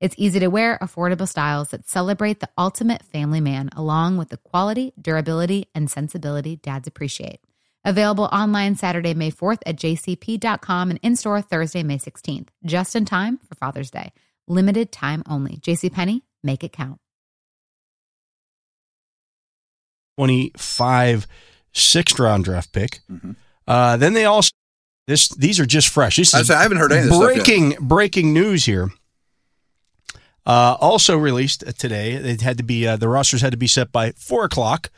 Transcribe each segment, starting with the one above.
It's easy to wear, affordable styles that celebrate the ultimate family man, along with the quality, durability, and sensibility dads appreciate. Available online Saturday, May 4th at jcp.com and in store Thursday, May 16th, just in time for Father's Day. Limited time only. JCPenney, make it count. 25 sixth round draft pick. Mm-hmm. Uh, then they also this these are just fresh. This I is was saying, I haven't heard any of this stuff yet. breaking breaking news here. Uh, also released today, it had to be uh, the rosters had to be set by four o'clock.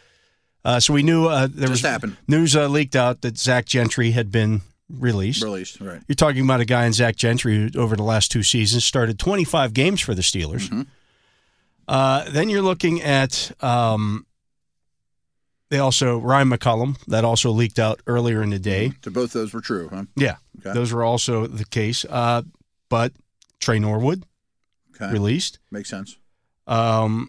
Uh, so we knew uh, there was Just happened. news uh, leaked out that Zach Gentry had been released. Released, right? You're talking about a guy in Zach Gentry who, over the last two seasons, started 25 games for the Steelers. Mm-hmm. Uh, then you're looking at um, they also Ryan McCollum that also leaked out earlier in the day. Mm-hmm. So both those were true, huh? Yeah, Mm-hmm. Okay. those were also the case. Uh, but Trey Norwood Okay, released. makes sense. Um,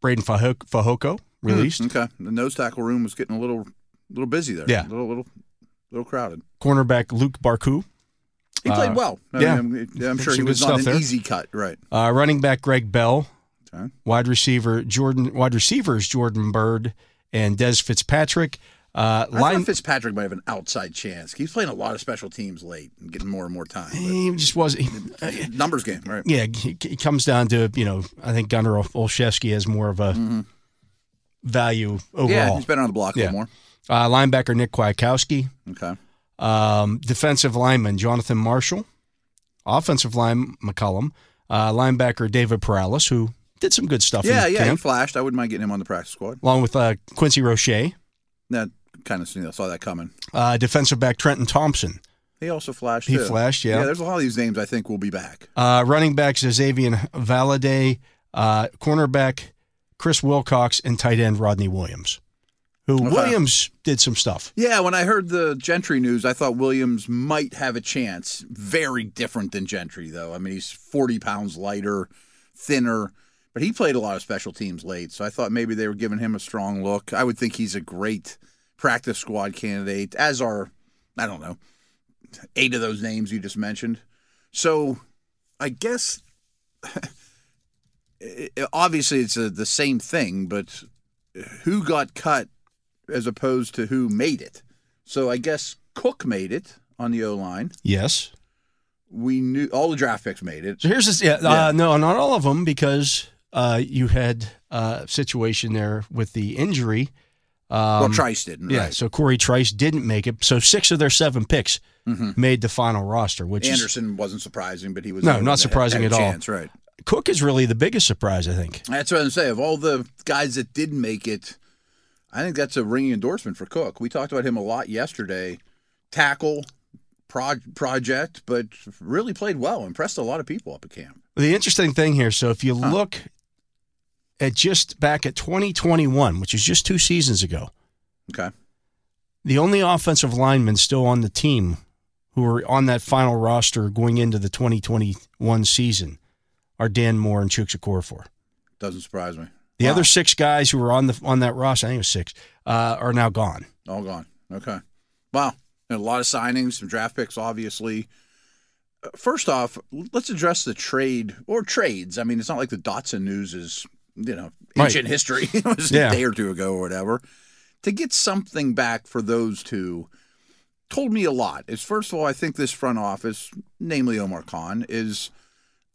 Braden Faho- Fajoko Hmm. released. Okay, the nose tackle room was getting a little, little busy there. Yeah. a little, little, little crowded. Cornerback Luke Barku. He played Uh, well. I yeah. mean, I'm, I'm Some sure he good was stuff on an there. easy cut, right? Uh, running back Greg Bell, Okay. wide receiver Jordan, wide receivers Jordan Bird and Des Fitzpatrick. Uh, I line thought Fitzpatrick might have an outside chance. He's playing a lot of special teams late and getting more and more time. he just was. He, uh, but- numbers game, right? yeah, it comes down to you know I think Gunnar Olszewski has more of a value Mm-hmm. Yeah, overall. he's been on the block Yeah. a little more. uh, linebacker Nick Kwiatkowski, Okay, um, defensive lineman Jonathan Marshall, offensive line McCollum, uh, linebacker David Perales, who did some good stuff. yeah, in yeah. He camp, flashed. I wouldn't mind getting him on the practice squad. along with uh, Quincy Roche, That kind of you know, saw that coming. uh, defensive back Trenton Thompson. He also flashed. He too. flashed, yeah. Yeah, there's a lot of these names I think will be back. Uh, running backs is Xavier Valade, uh, cornerback Chris Wilcox, and tight end Rodney Williams, who Okay. Williams did some stuff. Yeah, when I heard the Gentry news, I thought Williams might have a chance. Very different than Gentry, though. I mean, he's 40 pounds lighter, thinner, but he played a lot of special teams late. So I thought maybe they were giving him a strong look. I would think he's a great practice squad candidate, as are, I don't know, eight of those names you just mentioned. So I guess it- it- obviously it's uh the same thing, but who got cut as opposed to who made it. So I guess Cook made it on the O line. Yes. We knew all the draft picks made it. So here's this. Yeah, Yeah. Uh, no, not all of them because uh, you had uh, a situation there with the injury. well, Trice didn't. Um, Yeah, right? so Corey Trice didn't make it. So six of their seven picks made the final roster, which is, Mm-hmm. Anderson wasn't surprising, but he was No, the one not that surprising had a at all. Chance, right? Cook is really the biggest surprise, I think. That's what I'm saying. Of all the guys that did make it, I think that's a ringing endorsement for Cook. We talked about him a lot yesterday. Tackle proj- project, but really played well, impressed a lot of people up at camp. The interesting thing here, so if you look at just back at 2021, which is just two seasons ago, Okay, the only offensive linemen still on the team who are on that final roster going into the 2021 season are Dan Moore and Chukwukorfor. doesn't surprise me. The Wow. other six guys who were on the on that roster, I think it was six, uh, are now gone. All gone. Okay. Wow. And a lot of signings, some draft picks, obviously. Uh, First off, l- let's address the trade or trades. I mean, it's not like the Dotson news is, you know, Right. ancient history. it was Yeah. a day or two ago or whatever. To get something back for those two told me a lot. Is first of all, I think this front office, namely Omar Khan, is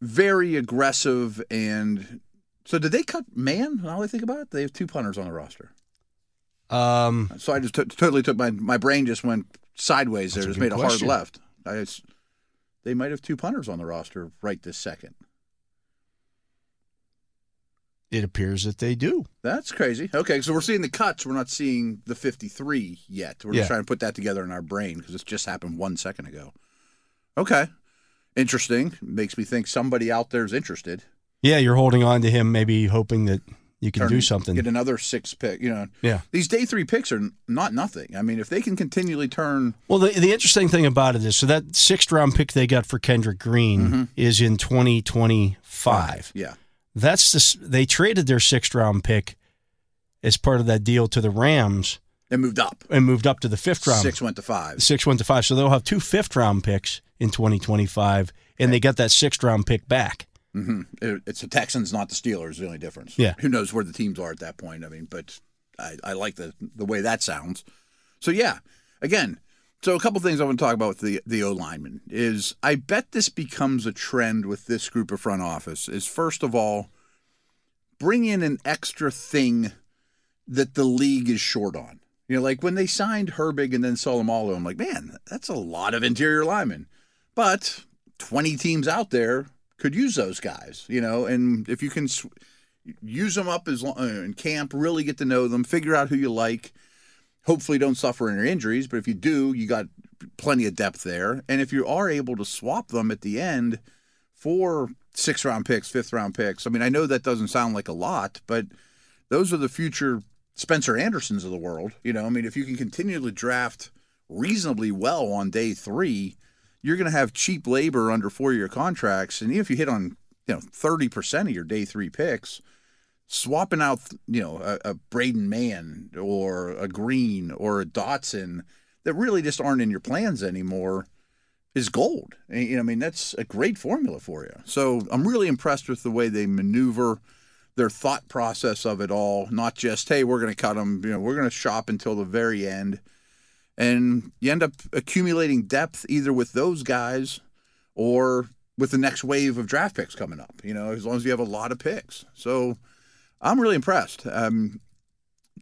very aggressive and so did they cut man? Now that I think about it, they have two punters on the roster. Um, So I just t- totally took my my brain just went sideways there. That's a Just good made a question. hard left. I just, they might have two punters on the roster right this second. it appears that they do. That's crazy. Okay, so we're seeing the cuts. We're not seeing the 53 yet. We're Yeah. just trying to put that together in our brain because this just happened one second ago. Okay, interesting. Makes me think somebody out there is interested. Yeah, you're holding on to him, maybe hoping that you can Turn- do something. Get another six pick. You know, Yeah. these day three picks are n- not nothing. I mean, if they can continually turn, Well, the, the interesting thing about it is so that sixth round pick they got for Kendrick Green is in 2025. yeah, That's the, s- they traded their sixth round pick as part of that deal to the Rams they moved up. and moved up to the fifth round. Six went to five. Six went to five. So they'll have two fifth round picks in 2025, and they got that sixth round pick back. hmm It, it's the Texans, not the Steelers. is The only difference. Yeah. Who knows where the teams are at that point? I mean, but I, I like the the way that sounds. So yeah, again, so a couple things I want to talk about with the the O lineman is I bet this becomes a trend with this group of front office is first of all, bring in an extra thing that the league is short on. You know, like when they signed Herbig and then Solomalo, I'm like, man, that's a lot of interior linemen. But 20 teams out there could use those guys, you know, and if you can s- use them up as long, in camp, really get to know them, figure out who you like. Hopefully, don't suffer any injuries, but if you do, you got plenty of depth there. And if you are able to swap them at the end for six round picks, fifth round picks, I mean, I know that doesn't sound like a lot, but those are the future Spencer Andersons of the world. You know, I mean, if you can continually draft reasonably well on day three, you're going to have cheap labor under four year contracts. And even if you hit on, you know, 30% of your day three picks, swapping out, you know, a, a Braden Mann or a Green or a Dotson that really just aren't in your plans anymore is gold. And, you know, I mean, that's a great formula for you. So I'm really impressed with the way they maneuver their thought process of it all, not just, hey, we're going to cut them, you know, we're going to shop until the very end. And you end up accumulating depth either with those guys or with the next wave of draft picks coming up, you know, as long as you have a lot of picks. So I'm really impressed. Um,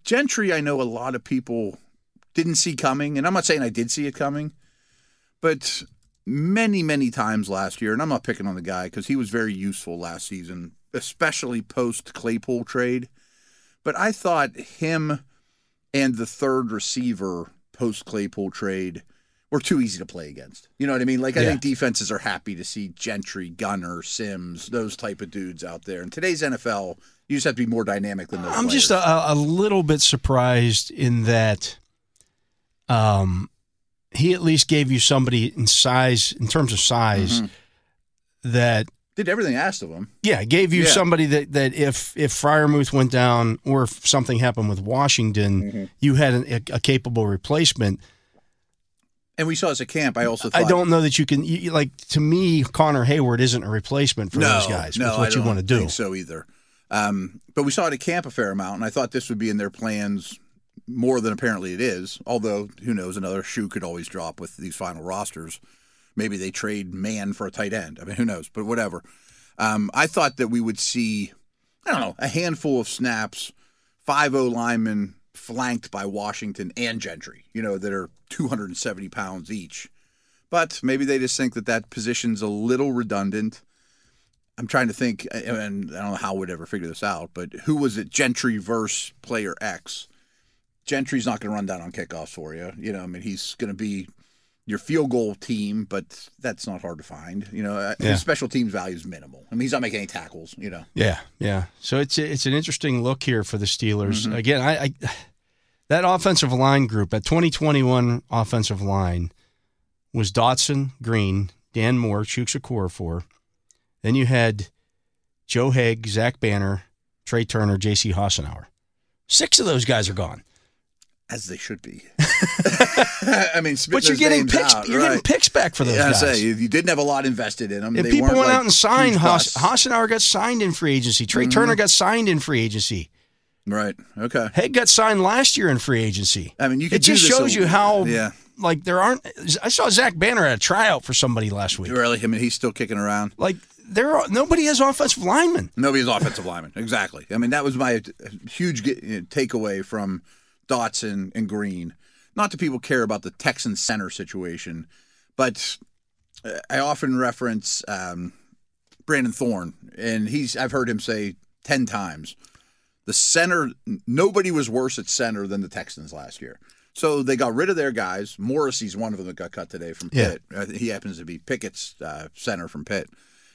Gentry, I know a lot of people didn't see coming, and I'm not saying I did see it coming, but many, many times last year, and I'm not picking on the guy because he was very useful last season, especially post Claypool trade. But I thought him and the third receiver post Claypool trade were too easy to play against. You know what I mean? Like I Yeah. think defenses are happy to see Gentry, Gunner, Sims, those type of dudes out there. In today's NFL, you just have to be more dynamic than those. I'm players. just a, a little bit surprised in that um, he at least gave you somebody in size, in terms of size, that did everything asked of him. Yeah, it gave you Yeah. somebody that, that if if Fryermuth went down or if something happened with Washington, Mm-hmm. you had an, a, a capable replacement. And we saw as a camp. I also thought, I don't know that you can you, you- like to me Connor Hayward isn't a replacement for no, those guys No, with I what you don't want to do. Think so either. Um, but we saw it at camp a fair amount, and I thought this would be in their plans more than apparently it is. Although who knows, another shoe could always drop with these final rosters. Maybe they trade man for a tight end. I mean, who knows? But whatever. Um, I thought that we would see, I don't know, a handful of snaps, 5 0 linemen flanked by Washington and Gentry, you know, that are 270 pounds each. But maybe they just think that that position's a little redundant. I'm trying to think, and I don't know how we'd ever figure this out, but who was it? Gentry versus player X. Gentry's not going to run down on kickoffs for you. You know, I mean, he's going to be your field goal team, but that's not hard to find. You know, uh Yeah. his special teams value is minimal. I mean, he's not making any tackles. You know, Yeah, yeah. So it's it's an interesting look here for the Steelers. Mm-hmm. Again, I, I that offensive line group, that 2021 offensive line was Dotson, Green, Dan Moore, Chooks Okorafor. Then you had Joe Haig, Zach Banner, Trey Turner, J.C. Hassenauer. Six of those guys are gone, as they should be. I mean, spit but you're those getting names picks. out, you're getting right. picks back for those Yeah, I guys. say, you you didn't have a lot invested in them. If they people weren't went like out and signed huge Mm-hmm. Haas, busts. Hassenauer got signed in free agency. Trey Turner got signed in free agency. Right. Okay. Haig got signed last year in free agency. I mean, you could it just do this shows a- you how Yeah. like there aren't. I saw Zach Banner at a tryout for somebody last week. Really? I mean, he's still kicking around. Like there are nobody has offensive linemen. Nobody's offensive lineman. Exactly. I mean, that was my huge get, you know, takeaway from Dotson and Green. Not that people care about the Texan center situation, but uh, I often reference um, Brandon Thorne, and he's I've heard him say ten times the center. Nobody was worse at center than the Texans last year. So they got rid of their guys. Morrissey's one of them that got cut today from Yeah. Pitt. Uh, He happens to be Pickett's uh, center from Pitt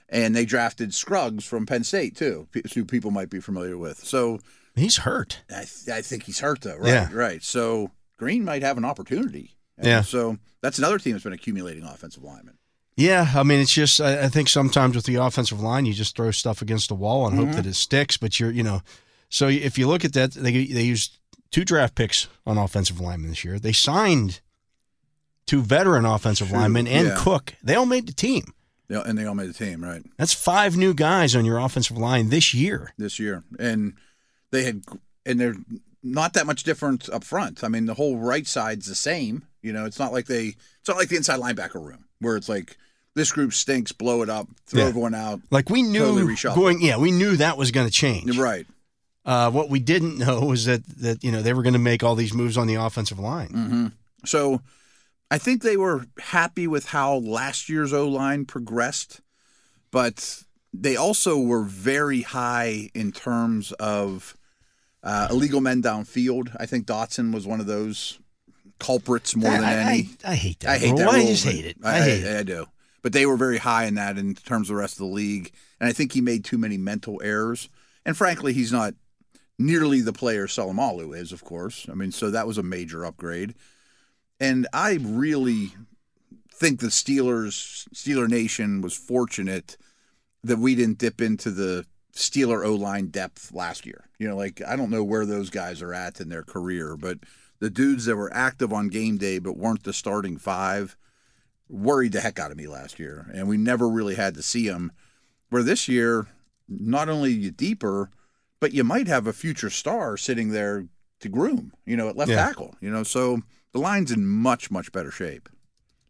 and they drafted Scruggs from Penn State too, p- who people might be familiar with. So He's hurt. I, th- I think he's hurt though, right? Yeah. Right. So Green might have an opportunity. Yeah. So that's another team that's been accumulating offensive linemen. Yeah, I mean, it's just I, I think sometimes with the offensive line, you just throw stuff against the wall and hope that it sticks. But you're, you know, so if you look at that, they they used two draft picks on offensive linemen this year. They signed two veteran offensive Shoot, linemen and yeah. Cook. They all made the team. They all- And they all made the team, right? That's five new guys on your offensive line this year. this year, and they had, and they're not that much different up front. I mean, the whole right side's the same. You know, it's not like they, it's not like the inside linebacker room where it's like this group stinks, blow it up, throw Yeah. everyone out. Like we knew Totally reshuffled. going, yeah, we knew that was going to change. Right, Uh, what we didn't know was that that you know they were going to make all these moves on the offensive line. Mm, so I think they were happy with how last year's O line progressed, but they also were very high in terms of uh, illegal men downfield. I think Dotson was one of those culprits more than I, any. I, I hate that. I hate rule. that. I rule, just but hate it. I, hate it. I, do. But they were very high in that in terms of the rest of the league, and I think he made too many mental errors. And frankly, he's not nearly the player Salamalu is, of course. I mean, so that was a major upgrade. And I really think the Steelers, Steeler Nation, was fortunate that we didn't dip into the Steeler O line depth last year. You know, like I don't know where those guys are at in their career, but the dudes that were active on game day but weren't the starting five worried the heck out of me last year, and we never really had to see them. Where this year, not only are you deeper, but you might have a future star sitting there to groom. You know, at left Yeah. tackle. You know, so the line's in much much better shape,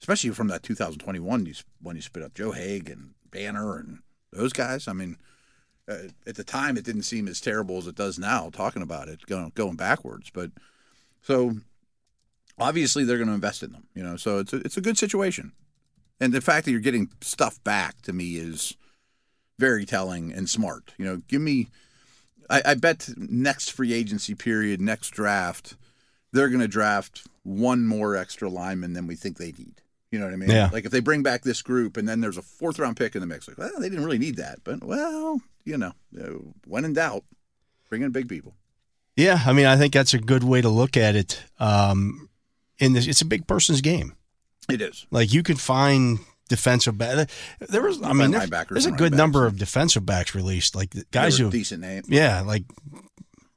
especially from that 2021 you, when you spit up Joe Haig and Banner and those guys. I mean. Uh, at the time, it didn't seem as terrible as it does now. Talking about it, going going backwards, but so obviously they're going to invest in them, you know. So it's a, it's a good situation, and the fact that you're getting stuff back to me is very telling and smart. You know, give me, I, I bet next free agency period, next draft, they're going to draft one more extra lineman than we think they need. You know what I mean? Yeah. Like if they bring back this group and then there's a fourth round pick in the mix, like well they didn't really need that, but well you know uh, when in doubt, bring in big people. Yeah, I mean, I think that's a good way to look at it. Um, in this, it's a big person's game. It is. Like you can find defensive back. There was, I mean, find there's, linebackers there's a and good running number of defensive backs released, like the guys They who, were decent Mm-hmm. name. yeah, like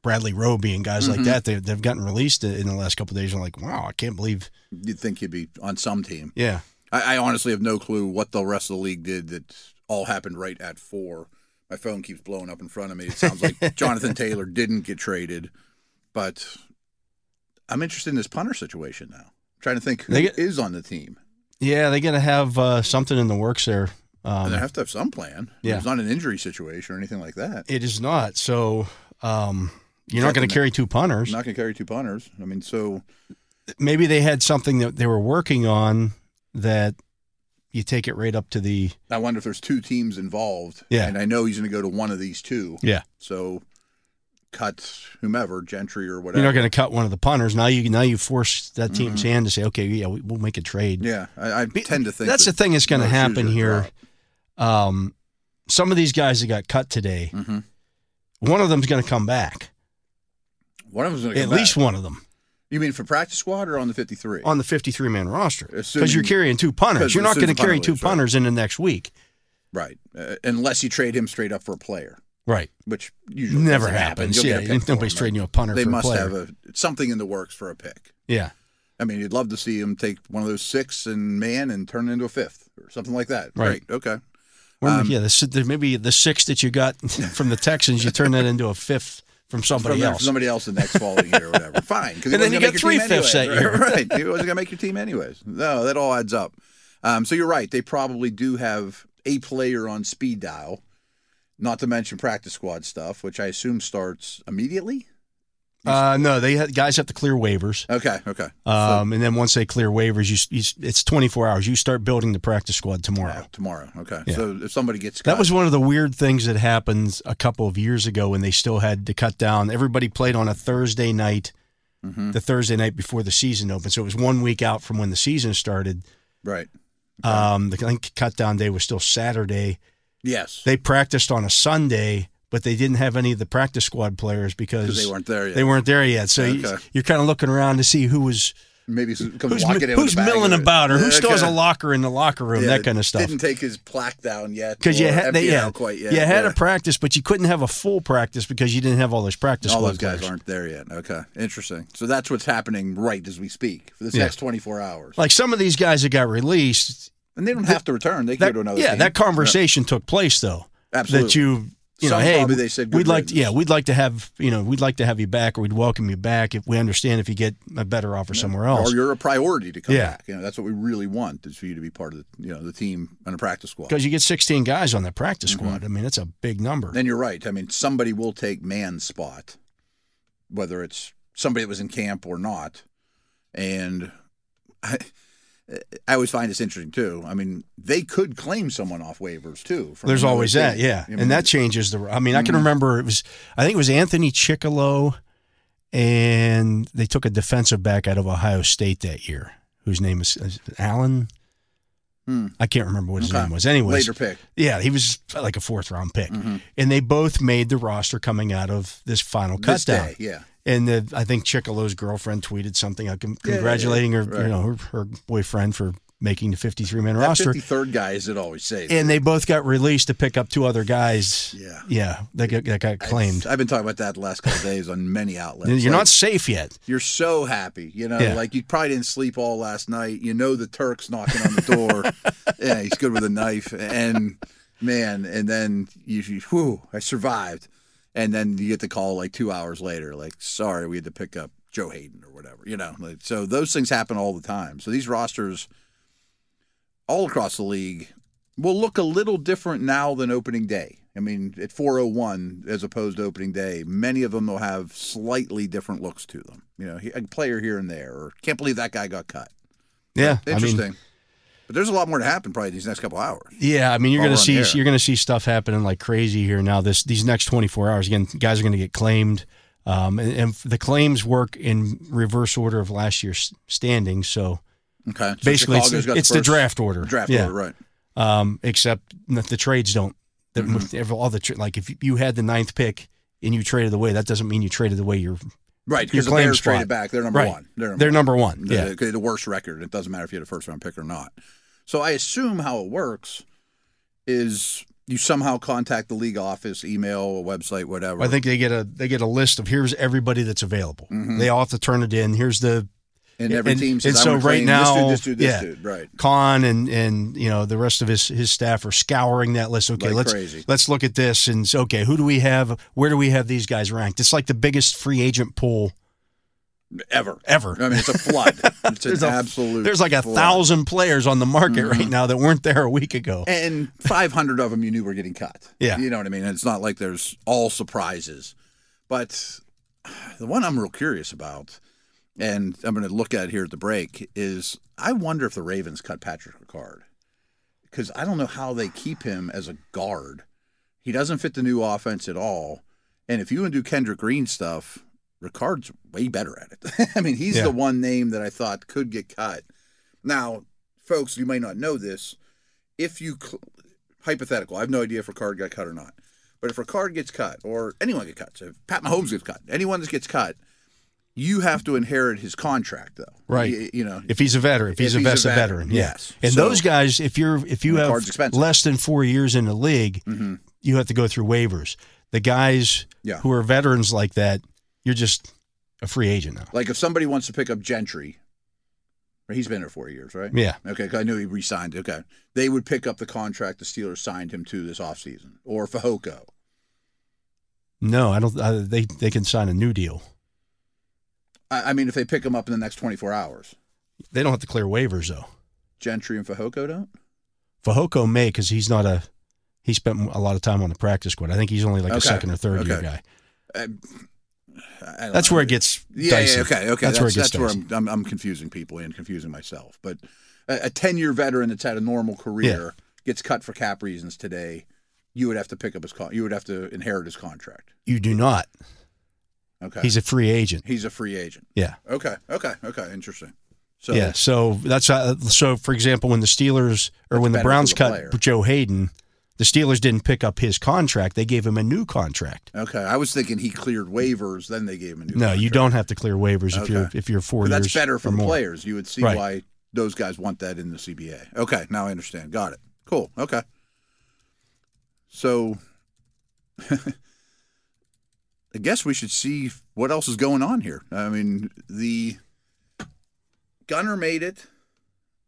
Bradley Roby and guys like that. They, they've gotten released in the last couple of days. I'm like, wow, I can't believe. You'd think he'd be on some team. Yeah, I, I honestly have no clue what the rest of the league did that all happened right at four. My phone keeps blowing up in front of me. It sounds like Jonathan Taylor didn't get traded, but I'm interested in this punter situation now. I'm trying to think who is They get- on the team. yeah, they got to have uh, something in the works there. Um, and they have to have some plan. yeah. It's not an injury situation or anything like that. It is not. So um, you're not going Something that- to carry two punters. I'm not going to carry two punters. I mean, so maybe they had something that they were working on that you take it right up to the I wonder if there's two teams involved. Yeah. And I know he's going to go to one of these two. yeah So cut whomever, Gentry or whatever. you're not going to cut one of the punters now you now you force that team's hand to say okay yeah we, we'll make a trade Mm-hmm. Yeah, I, I tend to think that's the that thing that's going to no shoes happen are here dropped. um some of these guys that got cut today Mhm. one of them's going to come back One of them's going to at least one of them You mean for practice squad or on the fifty-three? on the 53 man roster because you're Assuming- carrying two because punters you're not going assuming to carry punter two leaves, right. punters in the next week right, uh, unless you trade him straight up for a player, right which usually never doesn't happen. happens You'll yeah get a pick for nobody's him, trading you a right? punter They for must a player have a something in the works for a pick. yeah I mean, you'd love to see him take one of those six and man and turn it into a fifth or something like that. Right. Great. Okay. Or Um, yeah, the, si- the, maybe the six that you got from the Texans, you turn that into a fifth from somebody from there- else. somebody else the next following year or whatever. Fine, because And then you get three fifths that year. right? He wasn't gonna make your team anyways. No, that all adds up. Um, so you're right. They probably do have a player on speed dial, not to mention practice squad stuff, which I assume starts immediately. Uh, no, they had, guys have to clear waivers, Okay, okay. um, and then once they clear waivers, you, s- you s- it's twenty four hours. You start building the practice squad tomorrow. Yeah, tomorrow. Okay. Yeah. So if somebody gets That cut- was one of the weird things that happened a couple of years ago when they still had to cut down. Everybody played on a Thursday night, Mm-hmm. the Thursday night before the season opened, so it was one week out from when the season started. right. Um, the I think cut down day was still Saturday. Yes, They practiced on a Sunday, but they didn't have any of the practice squad players because because they weren't there yet. they weren't there yet. So you, Okay. you're kind of looking around to see who was Maybe some- come who's, lock it in with who's a bag milling or- about or who Yeah, still has a okay. locker in the locker room, Yeah, that kind of stuff. Didn't take his plaque down yet Because you or had, empty they, it yeah, out quite yet. you had yeah. a practice, but you couldn't have a full practice because you didn't have all those practice all squad those guys players. aren't there yet. Okay, interesting. So that's what's happening right as we speak for this Yeah. next 24 hours, Like some of these guys that got released, and they don't have to return. They can that, go to another. yeah, team. that conversation took place though. absolutely. That you, you know, Some hey, probably they said good we'd like, to, yeah, riddance. we'd like to have, you know, we'd like to have you back, or we'd welcome you back if we understand if you get a better offer somewhere else. or you're a priority to come Yeah. back. You know, that's what we really want is for you to be part of the, you know the team and a practice squad. because you get 16 guys on that practice Mm-hmm. squad. I mean, that's a big number. Then you're right. I mean, somebody will take man's spot, whether it's somebody that was in camp or not. And I, I always find this interesting too. I mean, they could claim someone off waivers too. from There's another always that, team. yeah, I mean, and that changes the. I mean, I Mm-hmm. can remember it was. I think it was Anthony Chicolo, and they took a defensive back out of Ohio State that year, whose name is, is it Allen. Hmm. I can't remember what his Okay. name was. Anyways, later Mm-hmm. pick. yeah, he was like a fourth round pick, and they both made the roster coming out of this final This cutdown. day, yeah. And the, I think Chicolo's girlfriend tweeted something uh, con- yeah, yeah. congratulating her, Right. you know, her, her boyfriend for making the 53 man That roster. 53rd guy, as it always says. And they both got released to pick up two other guys. Yeah. Yeah, that got, that got claimed. I've, I've been talking about that the last couple of days on many outlets. You're uh, Like, not safe yet. You're so happy, you know. Yeah. Like you probably didn't sleep all last night. You know the Turk's knocking on the door. yeah, he's good with a knife, and man, and then you, you whew, I survived. And then you get the call like two hours later, like, sorry, we had to pick up Joe Hayden or whatever, you know. Like, so those things happen all the time. So these rosters, all across the league, will look a little different now than opening day. I mean, at 401 as opposed to opening day, many of them will have slightly different looks to them. You know, he- a player here and there, or can't believe that guy got cut. Yeah, I Interesting. mean, but there's a lot more to happen probably these next couple hours. yeah, I mean, you're All gonna on see air. you're gonna see stuff happening like crazy here now. This these next 24 hours again, guys are gonna get claimed, um, and, and the claims work in reverse order of last year's standings. So Okay. So basically, it's, Chicago's the, got it's the first draft order. Draft yeah. order, right? Um, except that the trades don't. That Mm-hmm. with every- all the tra- like, if you had the ninth pick and you traded away, that doesn't mean you traded away your Right, Your because the claim Bears spot. traded back. They're number Right. one. They're number They're number one. The, Yeah. the, the worst record. It doesn't matter if you had a first round pick or not. So I assume how it works is you somehow contact the league office, email, a website, whatever. I think they get a they get a list of here's everybody that's available. Mm-hmm. They all have to turn it in. Here's the and every and- team says, and "I'm so gonna right claim now- this dude, this dude, this yeah. dude. Right. con and and you know the rest of his his staff are scouring that list. Okay, Like let's crazy. let's look at this and s- okay, who do we have? Where do we have these guys ranked? It's like the biggest free agent pool Ever. ever. I mean, it's a flood. It's an a- absolute. There's like a flood. thousand players on the market Mm-hmm. right now that weren't there a week ago. and 500 of them you knew were getting cut. Yeah. You know what I mean? It's not like there's all surprises. But the one I'm real curious about, and I'm going to look at here at the break, is I wonder if the Ravens cut Patrick Ricard. Because I don't know how they keep him as a guard. He doesn't fit the new offense at all. And if you want to do Kendrick Green stuff, Ricard's way better at it. I mean, he's Yeah. the one name that I thought could get cut. Now, folks, you may not know this. If you cl- hypothetical, I have no idea if Ricard got cut or not. But if Ricard gets cut, or anyone gets cut, so if Pat Mahomes gets cut, anyone that gets cut, you have to inherit his contract, though. Right. You, you know, If he's a veteran, if he's, If a, he's a vest- a veteran, veteran, yeah. yes. And So- those guys, if you're if you The have card's expensive. Mm-hmm. less than four years in the league, you have to go through waivers. The guys Yeah. who are veterans like that, you're just a free agent now. like if somebody wants to pick up Gentry, he's been there four years, right? Yeah, Okay, 'cause I knew he re-signed. Okay, they would pick up the contract the Steelers signed him to this offseason, or Fajoko. no, I don't. Uh, they they can sign a new deal. I, I mean, if they pick him up in the next 24 hours, They don't have to clear waivers though. Gentry and Fajoko don't. Fajoko may because he's not a he spent a lot of time on the practice squad. I think he's only like a Okay. second or third year Okay. guy. I- I don't That's know. where it gets Yeah, dicey. yeah, okay, okay. That's, where it gets that's where dicey. I'm, I'm, I'm confusing people and confusing myself. But a, a 10 year veteran that's had a normal career gets cut for cap reasons today. You would have to pick up his con- you would have to inherit his contract. you do not. Okay, He's a free agent. he's a free agent. Yeah. Okay, okay, okay. Interesting. So yeah, so that's uh, so. For example, when the Steelers or That's when the better for Browns the cut player. Joe Hayden, The Steelers didn't pick up his contract; they gave him a new contract. Okay, I was thinking he cleared waivers, then they gave him a new. No, you contract. don't have to clear waivers if Okay. you're if you're four But years. that's better for or the more. players. You would see Right. why those guys want that in the CBA. Okay, now I understand. Got it. Cool. Okay. So I guess we should see what else is going on here. I mean, the Gunner made it.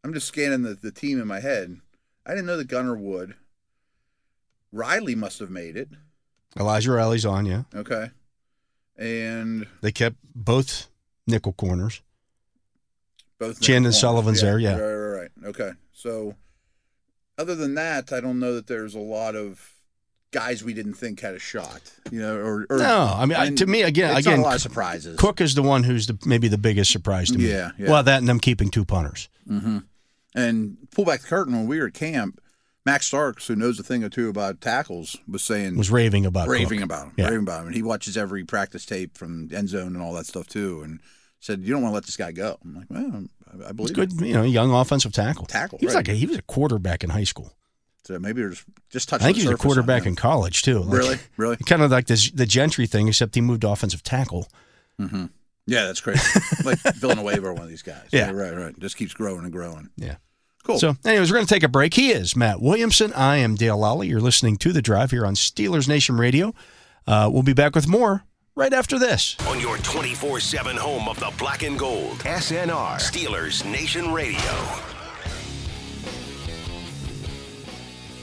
I'm just scanning the, the team in my head. I didn't know that Gunner would. Riley must have made it. Elijah Riley's on. Yeah, Okay. And they kept both nickel corners. both Chin Nick and Wong. Sullivan's there, yeah. Right, right, right. Okay. So other than that, I don't know that there's a lot of guys we didn't think had a shot. You know, or, or no, I mean, I- and to me again, it's again, not a lot of surprises. Cook is the one who's the, maybe the biggest surprise to me. Yeah, yeah. Well, that and them keeping two punters. hmm And pull back the curtain when we were at camp, Max Starks, who knows a thing or two about tackles, was saying Was raving about raving Cook. about him, Yeah. raving about him, and he watches every practice tape from end zone and all that stuff too, and said you don't want to let this guy go. I'm like, well, I, I He's believe good, you know, young offensive tackle. Tackle, He was right. like a, he was a quarterback in high school. So maybe they're just just I touching. think the he was a surface on quarterback him. in college too. Like, Really? Really? Kind of like this the Gentry thing, except he moved to offensive tackle. hmm Yeah, that's crazy. like Villanueva or one of these guys. Yeah. Right, right. Just keeps growing and growing. Yeah. Cool. So, anyways, we're going to take a break. He is Matt Williamson. I am Dale Lally. You're listening to The Drive here on Steelers Nation Radio. Uh, we'll be back with more right after this. On your 24 7 home of the black and gold. SNR. Steelers Nation Radio.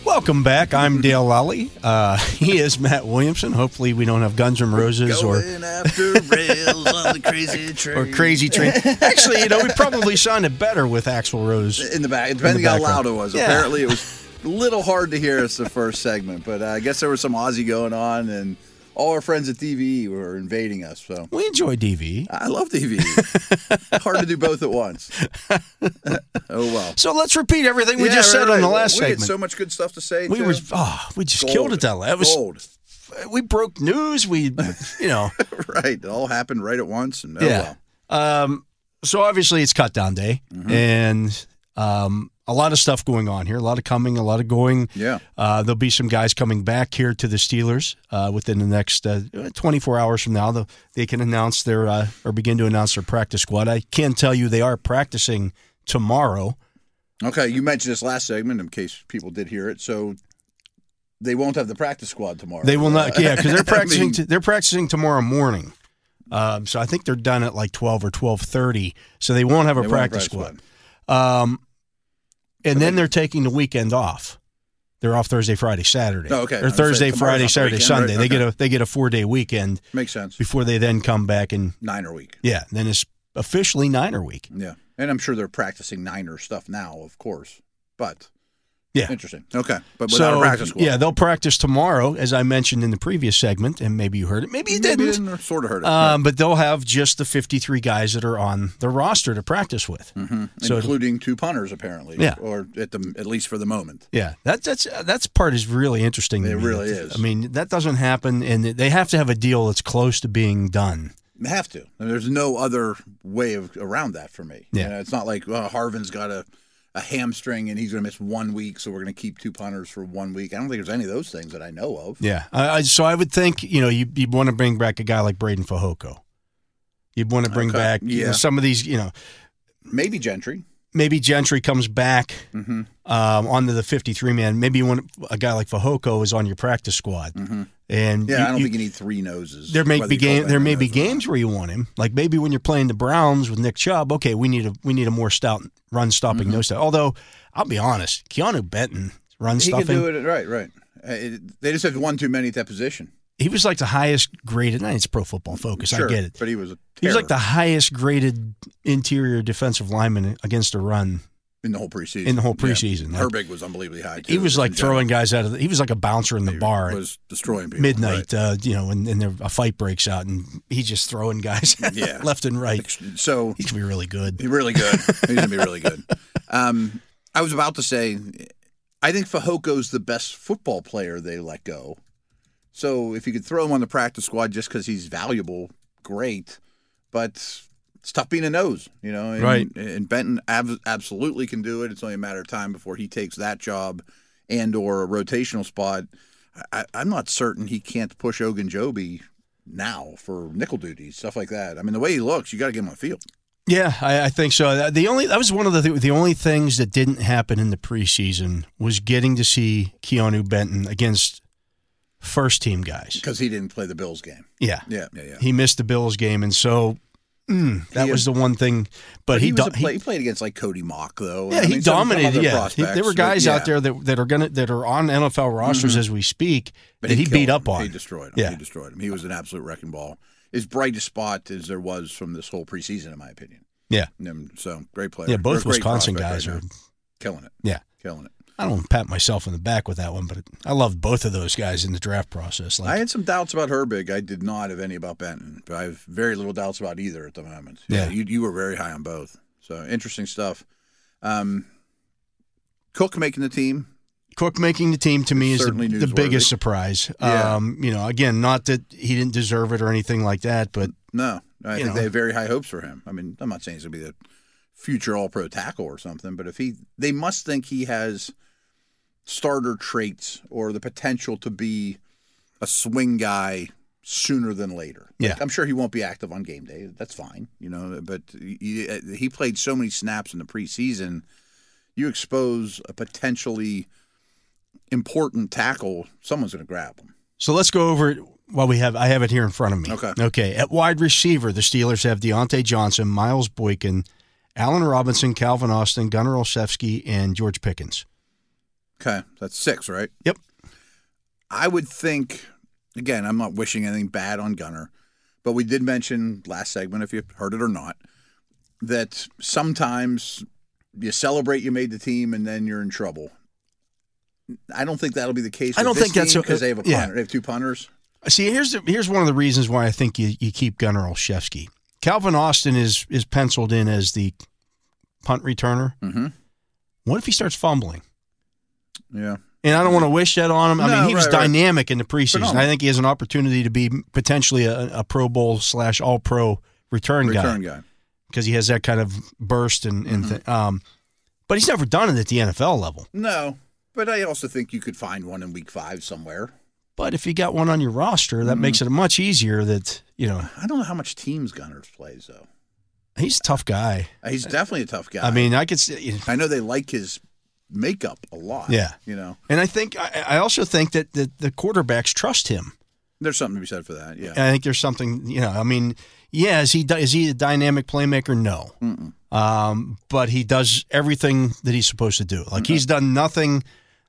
Welcome back. I'm Dale Lally. Uh, he is Matt Williamson. Hopefully, we don't have Guns N' Roses or, Going after rails on the crazy train. or Crazy Train. Actually, you know, we probably sounded better with Axl Rose. in the back, depending how background. loud it was. Yeah. Apparently, it was a little hard to hear us the first segment, but uh, I guess there was some Aussie going on, and all our friends at DVE were invading us. So We enjoy DV. I love DVE. hard to do both at once. oh well. So let's repeat everything we Yeah, just right, said on the right. last we segment. had so much good stuff to say. we too. were oh, we just killed it that la- that was gold. we broke news. We you know Right. It all happened right at once. And oh, yeah. well. Um, so obviously it's cut down day, and um, a lot of stuff going on here. A lot of coming, a lot of going. Yeah. Uh, there'll be some guys coming back here to the Steelers uh, within the next uh, 24 hours from now. They'll- They can announce their uh, or begin to announce their practice squad. I can tell you they are practicing tomorrow. Okay. You mentioned this last segment in case people did hear it. So they won't have the practice squad tomorrow. They will not, yeah, because they're I practicing. mean- t- they're practicing tomorrow morning. Um, so I think they're done at like 12 or 12:30. So they won't have a They won't have practice squad. Um, and then they're taking the weekend off. They're off Thursday, Friday, Saturday. Oh, okay. I Or was Thursday, saying tomorrow's Friday, not the Saturday, weekend, Sunday. right? They get Okay. a they get a four day weekend Makes sense. before they then come back and Niner week. yeah, then it's officially Niner week. Yeah. And I'm sure they're practicing Niner stuff now, of course. But Yeah. Interesting. Okay. But without a practice squad. yeah, they'll practice tomorrow, as I mentioned in the previous segment, and maybe you heard it, maybe you Maybe didn't. or Sort of heard it. Um, but they'll have just the 53 guys that are on the roster to practice with. Mhm. so- Including two punters, apparently. Yeah. Or at the at least for the moment. Yeah, that, that's that's part is really interesting. to It me. really That's- is. I mean, that doesn't happen, and they have to have a deal that's close to being done. They have to. I mean, there's no other way of around that for me. Yeah. You know, it's not like well, Harvin's got a, a hamstring and he's going to miss one week, so we're going to keep two punters for one week. I don't think there's any of those things that I know of. Yeah, I, I, so I would think you know you you want to bring back a guy like Braden Fajoko. You'd want to bring Okay, back you know, yeah. some of these. You know, Maybe Gentry. maybe Gentry comes back Mm-hmm. um, onto the 53 man. Maybe you want a guy like Fajoko is on your practice squad, Mhm. and Yeah, you- I don't you- think you need three noses. There may whether be you call game, that there a may be nose or not. games where you want him. Like maybe when you're playing the Browns with Nick Chubb, okay, we need a we need a more stout run stopping Mm-hmm. nose. stop. Although I'll be honest, Keanu Benton run He stuffing, can do it. Right, right. Uh, it- they just have one too many at that position. he was like the highest graded. And it's Pro Football Focus, sure, I get it. But he was a He was like the terror highest graded interior defensive lineman against a run in the whole preseason. in the whole Yeah. preseason. Like, Herbig was unbelievably high. he too, was like in general. throwing guys out of. The, he was like a bouncer in the bar at was destroying people. right. midnight. Uh, you know, and, and there, a fight breaks out, and he's just throwing guys Yeah. left and right. So He's gonna be really good. He's really good. He's gonna be really good. Um, I was about to say, I think Fajoko's the best football player they let go. So if you could throw him on the practice squad just because he's valuable, great. But it's tough being a nose, you know. And, Right. And Benton ab- absolutely can do it. It's only a matter of time before he takes that job and or a rotational spot. I, I'm not certain he can't push Ogunjobi now for nickel duty, stuff like that. I mean, the way he looks, you got to get him on the field. Yeah, I, I think so. Uh, The only that was one of the the only things that didn't happen in the preseason was getting to see Keanu Benton against first team guys. Because he didn't play the Bills game. Yeah, Yeah, yeah, yeah. he missed the Bills game, and so mm, that He- was the one thing. But, he, he, was do- a play, he played against like Cody Mock though. Yeah, I he mean, some- some dominated. other Yeah, He- prospects, there were but guys yeah. Mm-hmm. out there that, that are gonna that are on NFL rosters as we speak But that he, killed beat up him. on. He destroyed him. Yeah. He destroyed him. He was an absolute wrecking ball. As bright a spot as there was from this whole preseason, in my opinion. Yeah. And so great player. yeah, Or both great Wisconsin prospect guys right are. now. killing it. Yeah. Killing it. I don't pat myself in the back with that one, but I love both of those guys in the draft process. Like, I had some doubts about Herbig. I did not have any about Benton, but I have very little doubts about either at the moment. Yeah. you, you were very high on both. So interesting stuff. Um, Cook making the team. Cook making the team to me is the, Certainly the newsworthy. biggest surprise. Yeah. Um, you know, again, not that he didn't deserve it or anything like that, but No, I You think know. they have very high hopes for him. I mean, I'm not saying he's gonna be the future All Pro tackle or something, but if he, they must think he has starter traits or the potential to be a swing guy sooner than later. Yeah. I'm sure he won't be active on game day. That's fine, you know. But he, he played so many snaps in the preseason. You expose a potentially important tackle, someone's gonna grab him. so let's go over it while we have I have it here in front of me. Okay. Okay. At wide receiver, the Steelers have Deontay Johnson, Miles Boykin, Allen Robinson, Calvin Austin, Gunnar Olszewski, and George Pickens. Okay, that's six, right? Yep. I would think, again, I'm not wishing anything bad on Gunner, but we did mention last segment, if you heard it or not, that sometimes you celebrate you made the team and then you're in trouble. I don't think that'll be the case. I don't think that's a- because they have a punter. yeah. They have two punters. See, here's the, here's one of the reasons why I think you, you keep Gunnar Olszewski. Calvin Austin is is penciled in as the punt returner. Mm-hmm. What if he starts fumbling? Yeah, And I don't want to wish that on him. I No, mean, he was right, right. dynamic in the preseason. Phenomenal. I think he has an opportunity to be potentially a, a Pro Bowl slash All Pro return, return guy guy. Mm-hmm. because he has that kind of burst and, and thi- um, but he's never done it at the NFL level. No, but I also think you could find one in week five somewhere. But if you got one on your roster, Mm-hmm. that makes it much easier. That you know, I don't know how much teams Gunners plays though. he's a tough guy. He's definitely a tough guy. I mean, I could. See, I know they like his makeup a lot. Yeah. You know, and I think I, I also think that, that the quarterbacks trust him. there's something to be said for that. Yeah. I think there's something, you know, I mean, yeah, is he is he a dynamic playmaker? No. Um, but he does everything that he's supposed to do. Mm-hmm. Like he's done nothing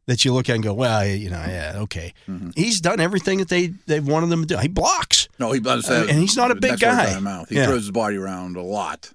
that you look at and go, well, you know, yeah, okay. Mm-hmm. He's done everything that they they wanted him to do. He blocks. No, he does that. And he's not a big that's what I'm guy. talking about. He Yeah. throws his body around a lot.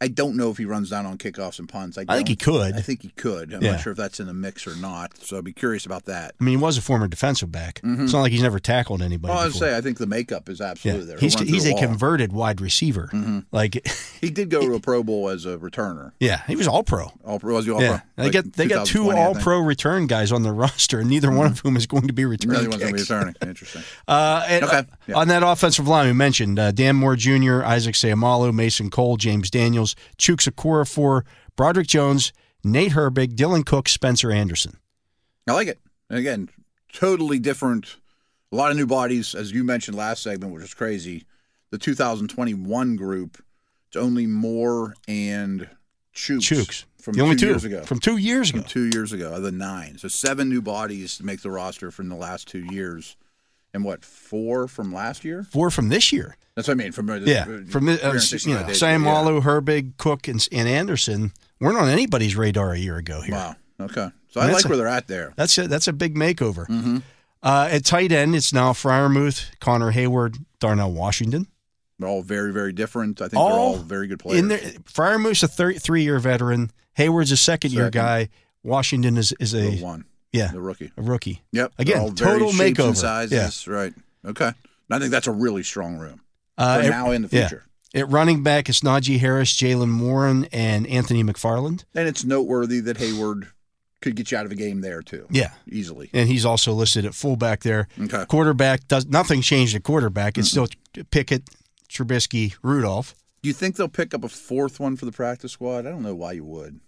I don't know if he runs down on kickoffs and punts. I, I think don't- he could. I think he could. I'm Yeah. not sure if that's in the mix or not. So I'd be curious about that. I mean, he was a former defensive back. It's not like he's never tackled anybody. Mm-hmm. Well, I would before. say I think the makeup is yeah. absolutely there. He'll he's run through he's the a wall. converted wide receiver. Mm-hmm. Like, He did go to a Pro Bowl as a returner. yeah, he was all pro. All pro was he all yeah, pro? they got they got two all pro return guys on the roster, and neither one of whom is going to be returning. Another one's gonna be kicks. returning. Interesting. Uh, and, Okay. uh, Yeah. On that offensive line, we mentioned uh, Dan Moore Jr., Isaac Sayamalu, Mason Cole, James Daniels, Chooks Okorafor, Broderick Jones, Nate Herbig, Dylan Cook, Spencer Anderson. I like it. And again, totally different. A lot of new bodies, as you mentioned last segment, which is crazy. The 2021 group, it's only Moore and Chooks, Chooks. from the only two, two, years ago. From two years From ago. two years ago, of the nine. So seven new bodies to make the roster from the last two years, and what four from last year? Four from this year. That's what I mean. From uh, Yeah. uh, From the, uh, 365 you know, days ago, yeah. Sayamalu, Herbig, Cook, and, and Anderson weren't on anybody's radar a year ago here. Wow. Okay. So And I that's like a- where they're at there. That's a, that's a big makeover. Mm-hmm. Uh, at tight end, it's now Fryermuth, Connor Hayward, Darnell Washington. They're all very, very different. I think they're All all very good players. in there. Fryermuth's a thir- three-year veteran. Hayward's a second-year Second. guy. Washington is is the a one, yeah the rookie. a rookie. Yep. they're Again, all very total shapes makeover. And sizes. Right. Okay. And I think that's a really strong room Uh, for at- now and the yeah. future. At running back, it's Najee Harris, Jalen Warren, and Anthony McFarland. And it's noteworthy that Hayward could get you out of a game there too Yeah, easily. and he's also listed at fullback there. Okay. Quarterback does nothing changed at quarterback. It's still Pickett, Trubisky, Rudolph. Do you think they'll pick up a fourth one for the practice squad? I don't know why you would.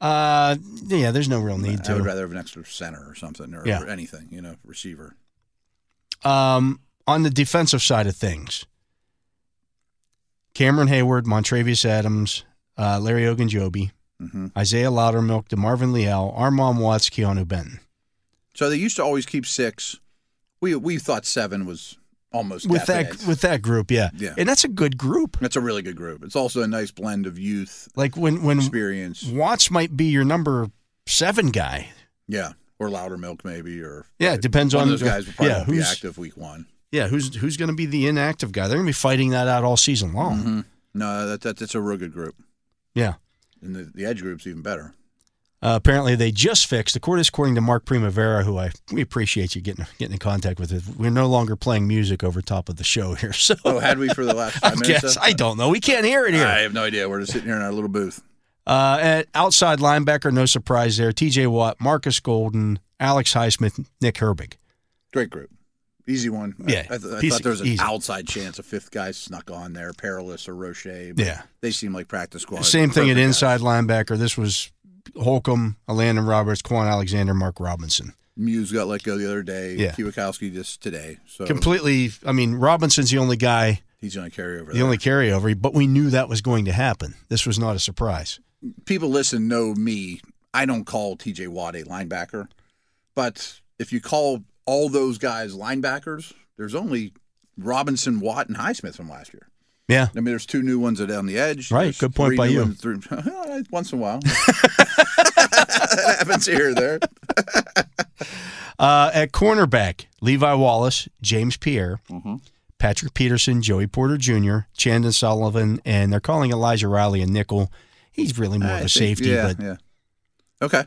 Uh, yeah, there's no real need I would to. rather have an extra center or something or, Yeah. or anything, you know, receiver. Um, on the defensive side of things, Cameron Hayward, Montrevious Adams, uh, Larry Ogunjobi, hmm Isaiah Loudermilk, DeMarvin Leal, Armand Watts, Keanu Benton. So they used to always keep six. We we thought seven was almost With definite. that with that group, yeah. Yeah. And that's a good group. That's a really good group. It's also a nice blend of youth Like when when experience. Watts might be your number seven guy. Yeah, or louder milk maybe, or Yeah, it depends one on of those guys will probably yeah, be who's active week one. yeah, who's who's going to be the inactive guy? They're going to be fighting that out all season long. Mhm. No, that, that that's a real good group, Yeah. and the, the edge group's even better. Uh, apparently, they just fixed the court is according to Mark Primavera, who I we appreciate you getting getting in contact with. It. We're no longer playing music over top of the show here, so Oh, had we for the last I five minutes? guess though? I don't know. We can't hear it I here. have no idea. We're just sitting here in our little booth. Uh, at outside linebacker, no surprise there. T.J. Watt, Marcus Golden, Alex Highsmith, Nick Herbig. Great group. Easy one. I- Yeah, I, th- I easy- thought there was an easy. outside chance a fifth guy snuck on there, Perilous or Roche. But Yeah, They seem like practice squad. same thing at Perfect inside guys. linebacker. This was Holcomb, Landon Roberts, Quan Alexander, Mark Robinson. Muse got let go the other day. Yeah. Kiwakowski just today. So Completely. I mean, Robinson's the only guy he's going to carry over. the there. only carryover, but we knew that was going to happen. This was not a surprise. people listen know me. I don't call TJ Watt a linebacker, but if you call all those guys linebackers, there's only Robinson, Watt, and Highsmith from last year. Yeah. I mean, there's two new ones that are on the edge. Right, There's good point three by new you. ones- three- once in a while, that happens here or there. Uh, at cornerback, Levi Wallace, James Pierre, Mm-hmm. Patrick Peterson, Joey Porter Jr., Chandon Sullivan, and they're calling Elijah Riley a nickel. He's really more of I a think- safety, Ah, yeah, but yeah. Okay,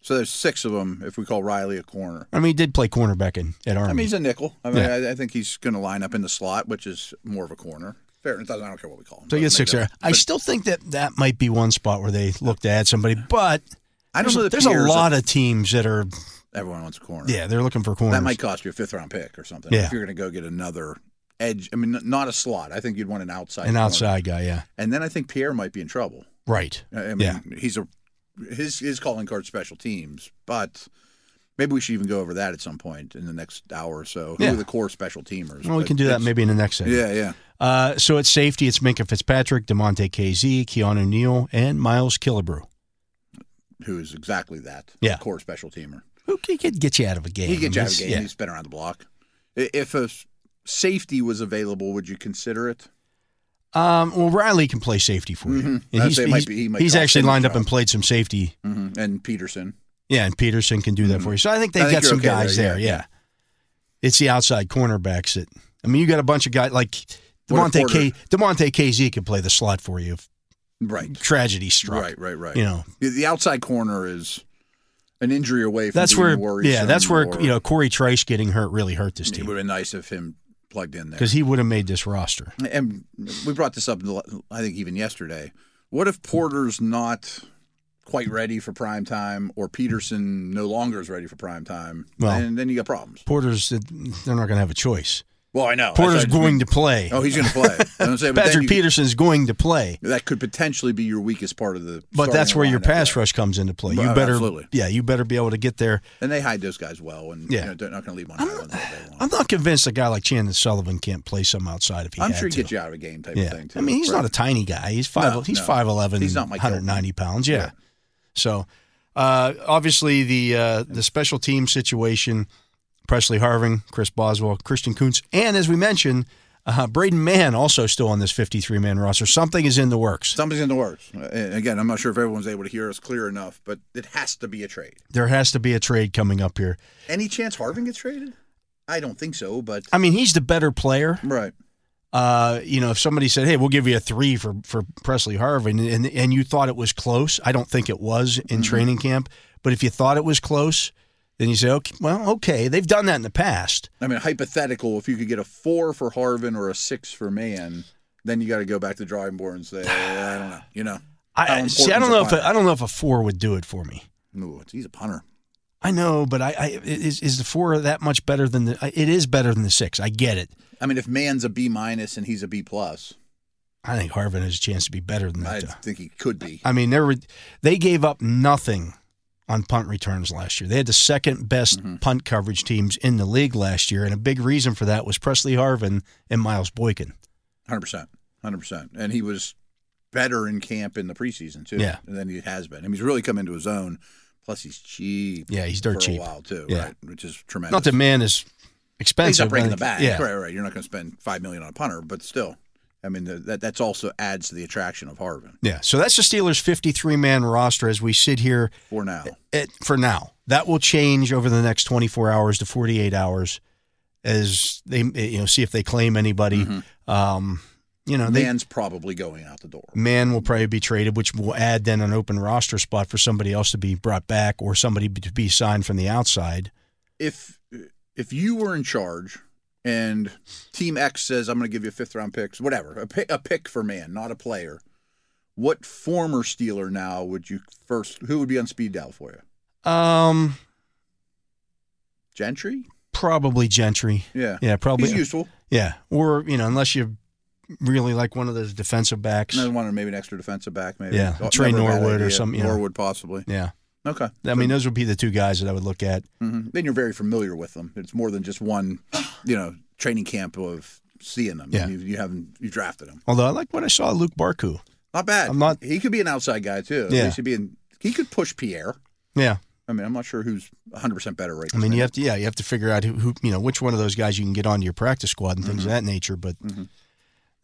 so there's six of them. If we call Riley a corner. I mean, he did play cornerback in, at Army. I mean, he's a nickel. I mean, Yeah. I, I think he's going to line up in the slot, which is more of a corner. Fair. It doesn't, I don't care what we call him. so he gets Doesn't make six a there. difference. I But still think that that might be one spot where they look to add somebody, but I don't there's, know. a, That there's a Pierre's lot of teams that are, everyone wants a corner. yeah, they're looking for corners. that might cost you a fifth round pick or something. Yeah. If you're going to go get another edge, I mean, n- not a slot. I think you'd want an outside. An corner. outside guy, yeah. And then I think Pierre might be in trouble. Right. I I mean, Yeah. he's a his his calling card special teams, but. Maybe we should even go over that at some point in the next hour or so. Who Yeah. are the core special teamers? Well, we But can do that it's- maybe in the next segment. Yeah, yeah. Uh, so at safety, it's Minka Fitzpatrick, Demonte KZ, Keanu Neal, and Miles Killebrew. Who is exactly that? Yeah. Core special teamer. Who c- could get you out of a game? He gets you out of the It's- game. He's been around the block. I- If a s- safety was available, would you consider it? Yeah. Um, well, Riley can play safety for you, Mhm. and I'd he's say it might he's, be- he might he's cost actually him the lined up job. and played some safety. Mm-hmm. And Peterson. Yeah, and Peterson can do that for you. So I think Mm-hmm. I they've think got you're some okay there, guys there. yeah, yeah. it's the outside cornerbacks that. I mean, you got a bunch of guys like What if Demonte K. Demonte KZ can play the slot for you if Right. tragedy struck. Right, right, right. You know, The- The outside corner is an injury away from that's being where worrisome. yeah, that's where or- you know Corey Trice getting hurt really hurt this It team would have been nice if him plugged in there. because he would have made this roster. And we brought this up, I think, even yesterday. What if Porter's not quite ready for prime time, or Peterson no longer is ready for prime time? Well- and then you got problems. Porter's they're not going to have a choice. Well, I know Porter's That's what I just going mean. to play. Oh, he's going to play. That's what I'm saying, but then Patrick you- Peterson's going to play, That could potentially be your weakest part of the. but starting that's where your lineup pass there. rush comes into play. Well, You better, absolutely. yeah, you better be able to get there. And they hide those guys well, and Yeah. you know, they're not going to leave them on islands all day long. I'm not convinced a guy like Chandon Sullivan can't play some outside if he I'm had sure he to. gets you out of a game type yeah, of thing too. I mean he's not a tiny guy. He's five. No, he's no. five eleven. He's not Mike 190 pounds. Yeah. So, uh, obviously the uh, the special team situation. Presley Harving, Chris Boswell, Christian Kuntz, and as we mentioned, uh, Braden Mann also still on this 53 man roster. Something is in the works. something's in the works. Uh, And again, I'm not sure if everyone's able to hear us clear enough, but it has to be a trade. There has to be a trade coming up here. Any chance Harvin gets traded? I don't think so, but I mean, he's the better player. right. Uh, you know, if somebody said, "Hey, we'll give you a three for for Presley Harvin," and and you thought it was close, I don't think it was in Mm-hmm. training camp. But if you thought it was close, then you say, "Okay, well, okay, they've done that in the past." I mean, hypothetical, if you could get a four for Harvin or a six for Man, then you got to go back to the drawing board and say, I don't know, you know, How I important see. I don't is a know if punter? a, I don't know if a four would do it for me. Ooh, it's- he's a punter. I know, but I, I is is the four that much better than the? It is better than the six. I get it. I mean, if Man's a B minus and he's a B plus, I think Harvin has a chance to be better than I that. though. think he could be. I mean, there were they gave up nothing on punt returns last year. They had the second best Mm-hmm. punt coverage teams in the league last year, and a big reason for that was Presley Harvin and Miles Boykin. Hundred percent, hundred percent, and he was better in camp in the preseason too. Yeah. than he has been. I mean, he's really come into his own. Plus, he's cheap. Yeah, he's for dirt cheap. a while too. Yeah. right? which is tremendous. Not that man is he's expensive. not breaking but the I back. think- Yeah, Right, right. You're not going to spend five million on a punter, but still, I mean, the, that that's also adds to the attraction of Harvin yeah. So that's the Steelers' 53-man roster as we sit here for now. it, for now. That will change over the next 24 hours to 48 hours as they you know see if they claim anybody. Mm-hmm. Um, you know, they, Man's probably going out the door. man will probably be traded, which will add then an open roster spot for somebody else to be brought back or somebody b- to be signed from the outside. If if you were in charge and Team X says I'm going to give you a fifth round picks, whatever, a pick, a pick for man, not a player. What former Steeler now would you first? Who would be on speed dial for you? Um, Gentry? probably Gentry. Yeah, Yeah, probably. He's useful. Yeah, or you know, unless you really like one of those defensive backs. Another one, maybe an extra defensive back, maybe. Yeah, Oh, Trey never a bad Norwood or idea. some- you know. Norwood possibly. Yeah, Okay. I mean, those would be the two guys that I would look at. hmm Then you're very familiar with them. It's more than just one, you know, training camp of seeing them. Yeah. You, you haven't you drafted them. Although I like what I saw Luke Barku. Not bad. I'm not- He could be an outside guy too. Yeah. At least he'd be in, he could push Pierre. Yeah, I mean, I'm not sure who's 100 percent better right. I mean, you have to yeah, you have to figure out who, who you know which one of those guys you can get onto your practice squad and things of that nature. But they Mm-hmm.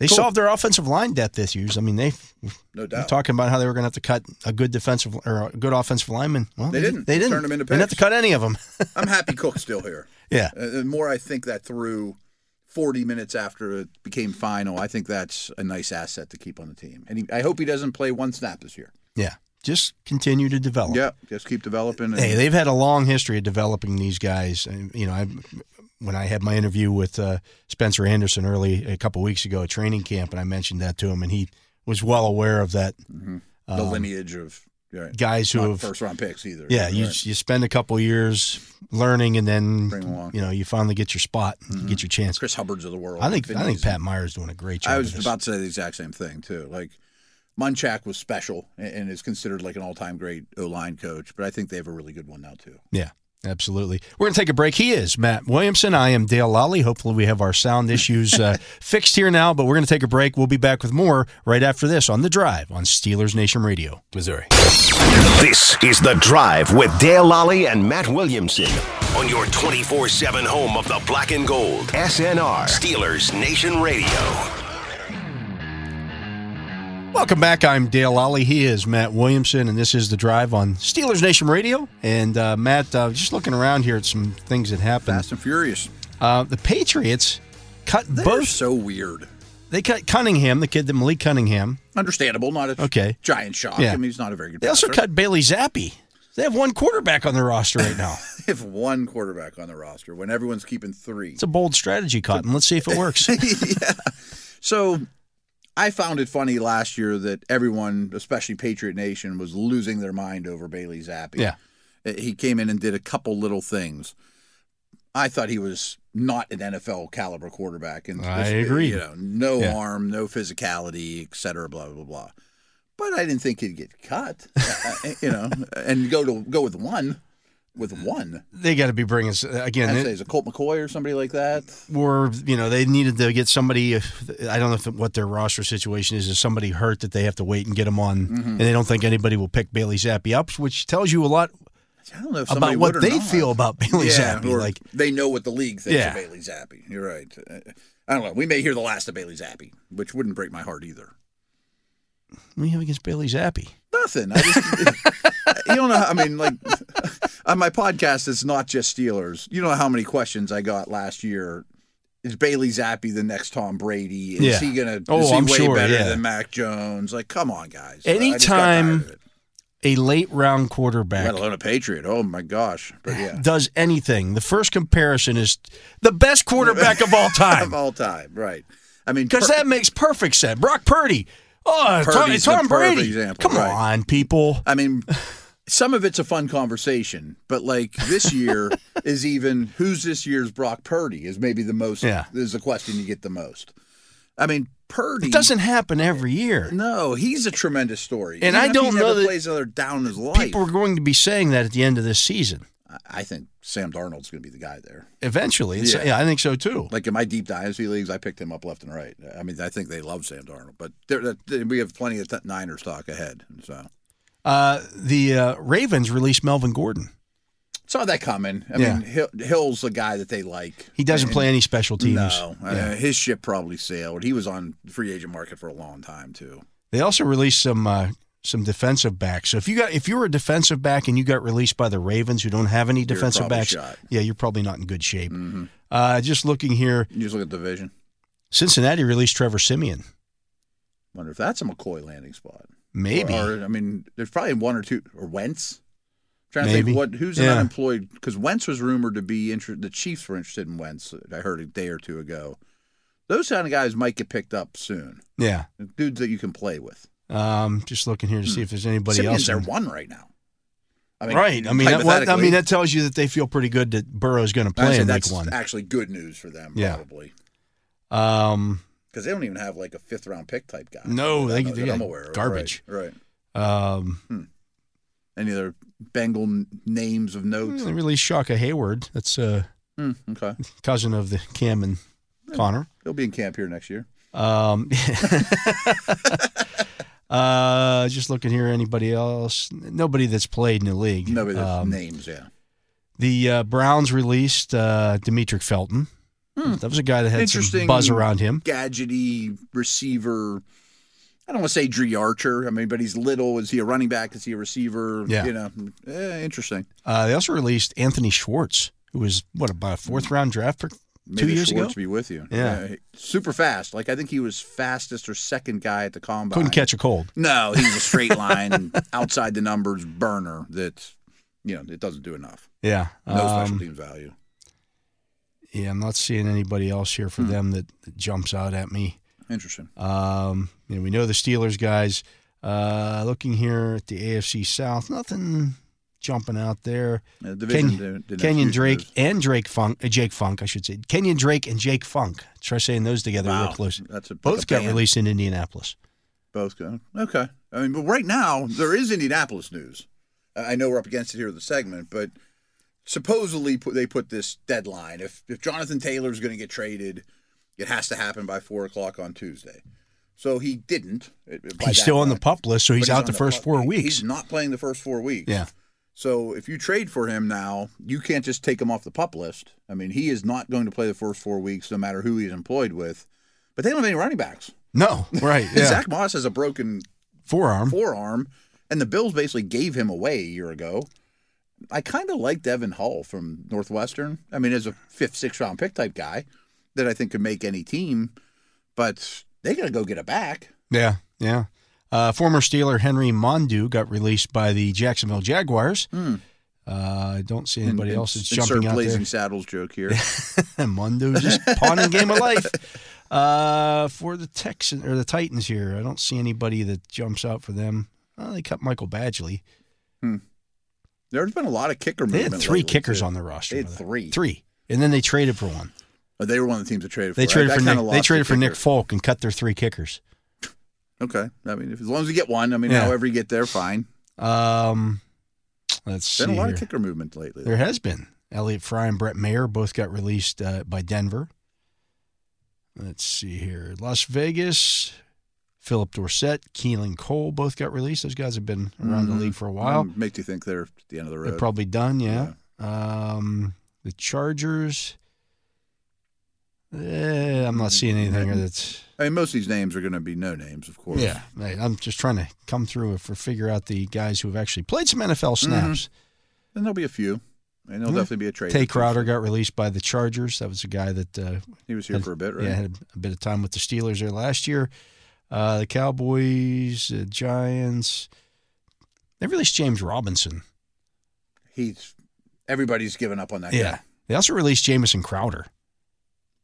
Cool. solved their offensive line depth issues. I mean, they no They're doubt. talking about how they were going to have to cut a good defensive or a good offensive lineman. Well, They didn't. They didn't. Turned them into They didn't have to picks. cut any of them. I'm happy Cook's still here. yeah, Uh, the more I think that through 40 minutes after it became final, I think that's a nice asset to keep on the team. And he, I hope he doesn't play one snap this year. yeah. Just continue to develop. Yeah, just keep developing. And, Oh. Hey, they've had a long history of developing these guys. And, you know, I when I had my interview with uh, Spencer Anderson early a couple weeks ago at training camp, and I mentioned that to him, and he was well aware of that. the lineage of right, Guys who not have first round picks either. um, yeah, Right. you you spend a couple years learning, and then Bring 'em along. Mm-hmm. you know you finally get your spot, and you get your chance. Chris Hubbard's of the world. I think I think Finneys. Pat Meyer's doing a great job. I of was this. about to say the exact same thing too. Like Munchak was special and- and is considered like an all time great O line coach, but I think they have a really good one now too. Yeah, absolutely. We're going to take a break. He is Matt Williamson. I am Dale Lally. Hopefully, we have our sound issues uh, fixed here now, but we're going to take a break. We'll be back with more right after this on The Drive on Steelers Nation Radio, Missouri. This is The Drive with Dale Lally and Matt Williamson on your 24 7 home of the black and gold. SNR, Steelers Nation Radio. Welcome back. I'm Dale Lally. He is Matt Williamson, and this is The Drive on Steelers Nation Radio. And uh, Matt, uh, just looking around here at some things that happened. Fast and Furious. Uh, the Patriots cut They're both. so weird. They cut Cunningham, the kid that Malik Cunningham. Understandable, not a Okay. giant shock. Yeah. I mean, he's not a very good. They also passer. cut Bailey Zappi. They have one quarterback on their roster right now. They have one quarterback on the roster when everyone's keeping three. It's a bold strategy, Cotton. Let's see if it works. So I found it funny last year that everyone, especially Patriot Nation, was losing their mind over Bailey Zappi. Yeah. Uh, He came in and did a couple little things. I thought he was not an NFL caliber quarterback. And I this- agree. You know, no Yeah. arm, no physicality, et cetera, blah, blah, blah. But I didn't think he'd get cut, uh, you know, and go to go with one, with Uh, one. They got to be bringing again. I'd say It, it's a Colt McCoy or somebody like that. or you know, they needed to get somebody. I don't know if, what their roster situation is. Is somebody hurt that they have to wait and get them on, Mm-hmm. and they don't think anybody will pick Bailey Zappi up, which tells you a lot I don't know if somebody about what would or they not. feel about Bailey Zappi. or Like, they know what the league thinks Yeah. of Bailey Zappi. You're right. Uh, I don't know. We may hear the last of Bailey Zappi, which wouldn't break my heart either. what do you have against Bailey Zappi? Nothing. I just, you don't know. How, I mean, like on my podcast, it's not just Steelers. You know how many questions I got last year. Is Bailey Zappi the next Tom Brady? Is Yeah. he gonna? Oh, is he I'm way sure, better yeah. than Mac Jones? Like, come on, guys. I- I just got Anytime- tired of it. A late round quarterback let alone a Patriot. Oh my gosh. But yeah, does anything. The first comparison is the best quarterback of all of time all time, right? I mean, because per- that makes perfect sense. Brock Purdy. Oh, Tom, Purdy's the Tom perfect Brady. example, Come right. on, people. I mean, some of it's a fun conversation, but like this year is even who's this year's Brock Purdy is maybe the most Yeah. is the question you get the most. I mean, Purdy It doesn't happen every year. No, he's a tremendous story. And Even I if he don't know never that plays another down in his life. People are going to be saying that at the end of this season. I- I think Sam Darnold's going to be the guy there. Eventually, it's, yeah. Yeah. I think so too. Like in my deep dynasty leagues, I picked him up left and right. I mean, I think they love Sam Darnold, but there, that- we have plenty of t- Niners talk ahead. So Uh, the uh, Ravens released Melvin Gordon. saw that coming. I Yeah. mean, Hill, Hill's the guy that they like. He doesn't And- play any special teams. No, uh, Yeah. his ship probably sailed. He was on the free agent market for a long time too. They also released some uh, some defensive backs. So if you got if you were a defensive back and you got released by the Ravens, who don't have any defensive probably backs, shot. Mm-hmm. yeah, you're probably not in good shape. Uh, just looking here, You just look at the division. Cincinnati released Trevor Simeon. Wonder if that's a McCoy landing spot. Maybe Or, I mean, there's probably one or two or Wentz. trying to Maybe. think what who's Yeah. an unemployed because Wentz was rumored to be interested. The Chiefs were interested in Wentz. I heard a day or two ago. Those kind of guys might get picked up soon. yeah. Dudes that you can play with. Um, just looking here to see if there's anybody Simeon's else. their in- one right now. I right. I mean, that, what, I hypothetically, mean that tells you that they feel pretty good that Burrow's going to I'd play say in week that's one. actually good news for them Yeah. probably Um, because they don't even have like a fifth round pick type guy. No, that they- I know- they that got I'm aware of. garbage. Right. right. um, Any other Bengal n- names of note? they released Shaka Hayward. That's a Hmm, okay. cousin of the Cam and Connor. He'll be in camp here next year. Um, uh, just looking here, anybody else? Nobody that's played in the league. Nobody that's Um, names, yeah. The uh, Browns released uh, Demetric Felton. That was a guy that had some Hmm. Interesting. buzz around him. Gadgety receiver. I don't want to say Dree Archer. I mean, but he's little. Is he a running back? Is he a receiver? Yeah. You know, eh, interesting. Uh, they also released Anthony Schwartz, who was what about a fourth round draft pick two Maybe years Schwartz ago. be with you. Yeah. he- super fast. Like I think he was fastest or second guy at the combine. Couldn't catch a cold. No, he's a straight line outside the numbers burner. That you know, it doesn't do enough. Yeah, No special Um, team value. yeah. I'm not seeing anybody else here Hmm. for them that, that jumps out at me. Interesting. Um, you know, we know the Steelers guys. Uh, looking here at the AFC South, nothing jumping out there. Uh, Ken- division didn't- didn't have Kenyon huge Drake moves. and Drake Funk, uh, Jake Funk, I should say. Kenyon Drake and Jake Funk. Try saying those together real Wow, close. that's a, Both like a got band. released in Indianapolis. Both go. Okay. I mean, but right now there is Indianapolis news. I I know we're up against it here in the segment, but supposedly pu- they put this deadline. If if Jonathan Taylor's going to get traded, it has to happen by four o'clock on Tuesday. So he didn't. it- it- by he's that still on the time. pup list, so But he's, out on the first pup- four he- weeks. He's not playing the first four weeks. Yeah. So if you trade for him now, you can't just take him off the pup list. I mean, he is not going to play the first four weeks, no matter who he's employed with. But they don't have any running backs. No, right. Yeah. Zach Moss has a broken Forearm. forearm, and the Bills basically gave him away a year ago. I kind of like Devin Hull from Northwestern. I mean, as a fifth, sixth round pick type guy that I think could make any team, but they got to go get it back. Yeah, yeah. Uh, former Steeler Henry Mondu got released by the Jacksonville Jaguars. Hmm. Uh, I don't see anybody else that's jumping insert out blazing there. saddles joke here. Mondu just pawning game of life uh, for the Texans or the Titans here. I don't see anybody that jumps out for them. Well, they cut Michael Badgley. There's been a lot of kicker They had movement. three lately, kickers too. on their roster. They had brother. three. Three. And then they traded for one. Oh, They were one of the teams that traded for. They I- traded I for kinda Nick. They lost traded the for Nick kicker. Folk and cut their three kickers. Okay, I mean, if, as long as you get one, I mean, Yeah. however you get there, fine. Um, let's Been see a lot here. of kicker movement lately. There has been. Elliot Fry and Brett Mayer both got released uh, by Denver. Let's see here. Las Vegas, Philip Dorsett, Keelan Cole both got released. Those guys have been around the Mhm. league for a while. Um, makes you think they're at the end of the road. They're probably done, yeah. Um, the Chargers. Eh, I'm not seeing anything here that's. I mean, most of these names are going to be no names, of course. Yeah, Hey, I'm just trying to come through if we figure out the guys who have actually played some NFL snaps. And there'll be a few. And there'll Yeah. definitely be a trade. Tay Crowder got released by the Chargers. That was a guy that uh, He was here for a bit, right? Yeah, had a bit of time with the Steelers there last year. Uh, the Cowboys, the Giants. They released James Robinson. He's everybody's given up on that guy. They also released Jamison Crowder.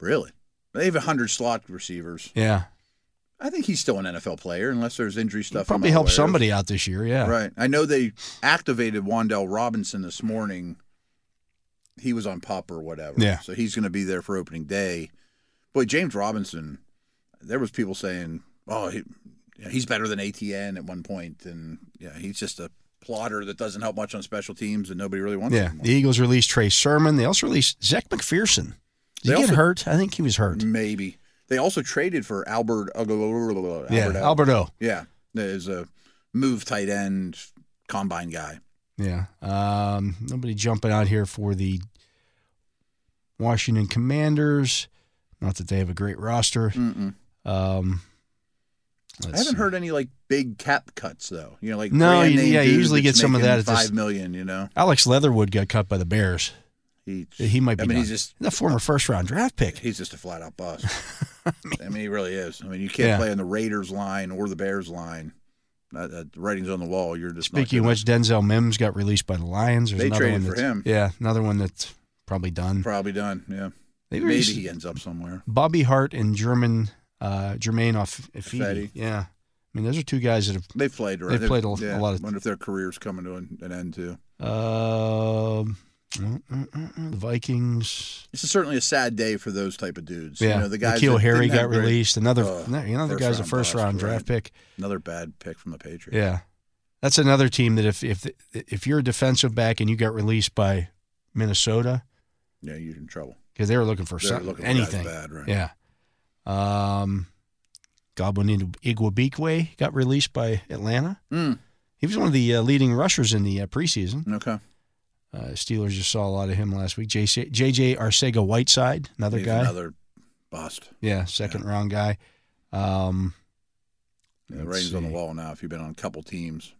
Really? They have 100 slot receivers. Yeah. I think he's still an NFL player unless there's injury stuff. I'm Probably not helped aware of. somebody out this year. Yeah. Right. I know they activated Wandell Robinson this morning. He was on pop or whatever. Yeah. So he's going to be there for opening day. Boy, James Robinson, there was people saying, "Oh, he, you know, he's better than ATN at one point," and yeah, he's just a plotter that doesn't help much on special teams, and nobody really wants. Yeah, him the Eagles released Trey Sermon. They also released Zach McPherson. Did he They also- Mm, get hurt? I think he was hurt. Maybe they also traded for Albert. Albert yeah, Ellis. Alberto. Yeah, is a move tight end combine guy. Yeah. Um, nobody jumping out here for the Washington Commanders. Not that they have a great roster. Mm-mm. Um, I haven't heard any like big cap cuts though. You know, like No, brand you- name yeah, you dude usually that's get some of making that at this- five million, You know, Alex Leatherwood got cut by the Bears. he He might be. I mean, he's done. just the former first round draft pick. he's just a flat out bust. I mean, he really is. I mean, you can't Yeah. play on the Raiders line or the Bears line. Uh, uh, the writing's on the wall. You're just Speaking of not which, Denzel Mims got released by the Lions. There's They another traded one for that's- him. Yeah, another one that's probably done. gonna- probably done. Yeah, They maybe released he ends up somewhere. Bobby Hart and German uh, Jermaine off Effetti. Effetti. Yeah, I mean those are two guys that have. They played. Right? They've played a- a lot of- Wonder if their careers coming to an, an end too. um, mm, mm, mm, mm, the Vikings. This is certainly a sad day for those type of dudes. Yeah, you know, the guys. Nikhil that didn't Harry have got great- released. Another, uh, no, you know, the first guy's a round first bust, round right. draft pick. Another bad pick from the Patriots. Yeah, that's another team that if if if you're a defensive back and you got released by Minnesota Yeah, you're in trouble. because they were looking for They're something, looking for guys anything. bad, right? Yeah. Um, Godwin Igwabikwe got released by Atlanta. Mm, He was one of the uh, leading rushers in the uh, preseason. okay. Uh, Steelers just saw a lot of him last week. JC JJ Arcega Whiteside, another He's guy. Another bust. yeah, second round guy. Um, Yeah, the let's writing's on the see. wall now. If you've been on a couple teams,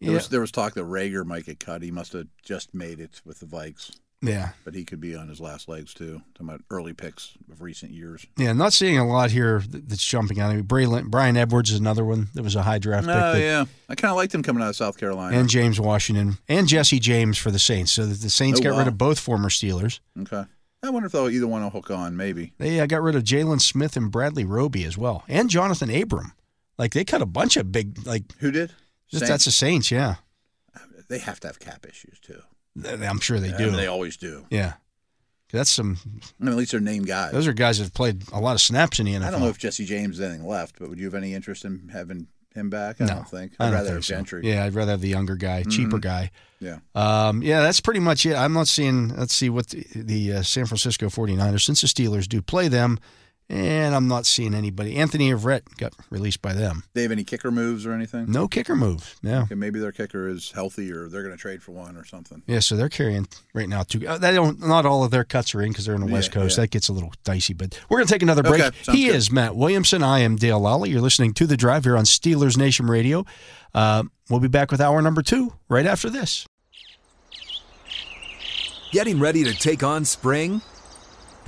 there, Yeah, was, there was talk that Rager might get cut. He must have just made it with the Vikes, yeah, but he could be on his last legs too. Talking about early picks of recent years. yeah. Not seeing a lot here th- that's jumping out. I mean, Braylon, Brian Edwards is another one that was a high draft pick. Oh that- yeah, I kind of liked him coming out of South Carolina. And James Washington and Jesse James for the Saints. So that the Saints Oh, got wow. rid of both former Steelers. okay, I wonder if they'll either one will hook on. Maybe They uh, got rid of Jalen Smith and Bradley Roby as well, and Jonathan Abram. Like they cut a bunch of big like who did? just, Saints? that's the Saints. Yeah, they have to have cap issues too. Th- I'm sure they I do. mean, they always do. yeah. That's some I mean, at least they're named guys. Those are guys that have played a lot of snaps in the NFL. I don't know if Jesse James has anything left, but would you have any interest in having him back? I No, don't think. I I'd don't rather think have so. Gentry. Mm-hmm. Yeah, I'd rather have the younger guy, cheaper guy. Yeah. Um, yeah, that's pretty much it. I'm not seeing, let's see what the, the uh, San Francisco 49ers, since the Steelers do play them, and I'm not seeing anybody. Anthony Everett got released by them. They have any kicker moves or anything? No kicker move. No. Okay, maybe their kicker is healthy, or they're going to trade for one or something. Yeah, so they're carrying right now two. uh, They don't. Not all of their cuts are in because they're in the West Yeah, Coast. yeah. That gets a little dicey. But we're gonna take another break. Okay, sounds he good. is Matt Williamson. I am Dale Lally. You're listening to the Drive here on Steelers Nation Radio. Uh, we'll be back with hour number two right after this. Getting ready to take on spring?